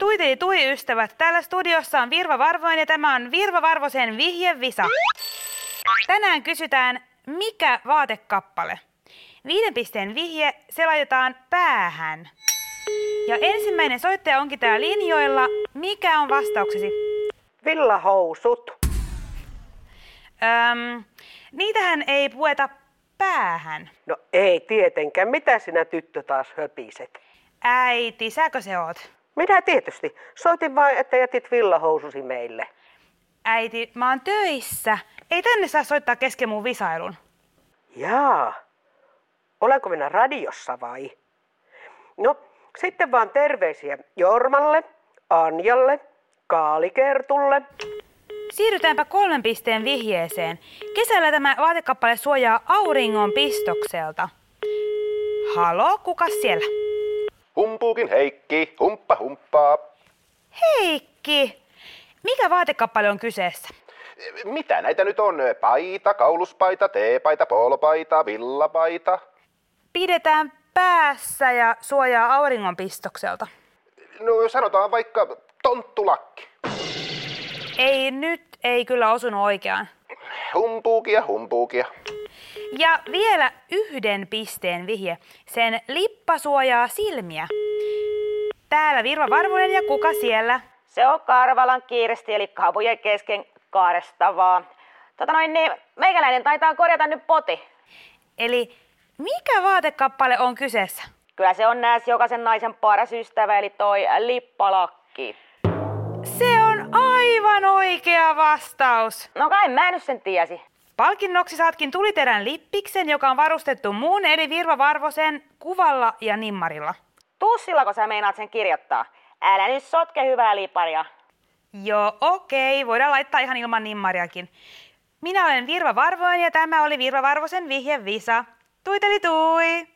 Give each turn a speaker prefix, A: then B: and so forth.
A: Kotiteli Tuhi-ystävät, täällä studiossa on Virva Varvoinen ja tämä on Virva Varvosen vihjevisa. Tänään kysytään, mikä vaatekappale? Viiden pisteen vihje, se laitetaan päähän. Ja ensimmäinen soittaja onkin täällä linjoilla. Mikä on vastauksesi?
B: Villahousut.
A: Öm, niitähän ei pueta päähän.
B: No ei tietenkään. Mitä sinä tyttö taas höpiset?
A: Äiti, säkö se oot?
B: Minä tietysti. Soitin vain, että jätit villahoususi meille.
A: Äiti, mä oon töissä. Ei tänne saa soittaa kesken mun visailun.
B: Jaa. Olenko minä radiossa vai? No, sitten vaan terveisiä Jormalle, Anjalle, Kaalikertulle.
A: Siirrytäänpä kolmen pisteen vihjeeseen. Kesällä tämä vaatekappale suojaa auringon pistokselta. Halo, kuka siellä?
C: Humpuukin Heikki, humppa humppaa.
A: Heikki! Mikä vaatekappale on kyseessä?
C: Mitä näitä nyt on? Paita, kauluspaita, teepaita, polopaita, villapaita.
A: Pidetään päässä ja suojaa auringon pistokselta.
C: No sanotaan vaikka tonttulakki.
A: Ei nyt, ei kyllä osunut oikeaan.
C: Humpuukia, humpuukia.
A: Ja vielä yhden pisteen vihje. Sen lippa suojaa silmiä. Täällä Virva Varvonen ja kuka siellä?
D: Se on Karvalan kiiresti, eli kapujen kesken karestavaa. Tota noin, niin meikäläinen taitaa korjata nyt poti.
A: Eli mikä vaatekappale on kyseessä?
D: Kyllä se on nääs jokaisen naisen paras ystävä, eli toi lippalakki.
A: Se on aivan oikea vastaus.
D: No kai mä nyt sen tiesi.
A: Palkinnoksi saatkin tuliterän lippiksen, joka on varustettu muun eli Virva Varvosen kuvalla ja nimmarilla.
D: Tuu sillä, kun sä meinaat sen kirjoittaa. Älä nyt sotke hyvää liparia.
A: Joo, okei, voidaan laittaa ihan ilman nimmariakin. Minä olen Virva Varvoinen ja tämä oli Virva Varvosen vihjevisa. Tuiteli tui!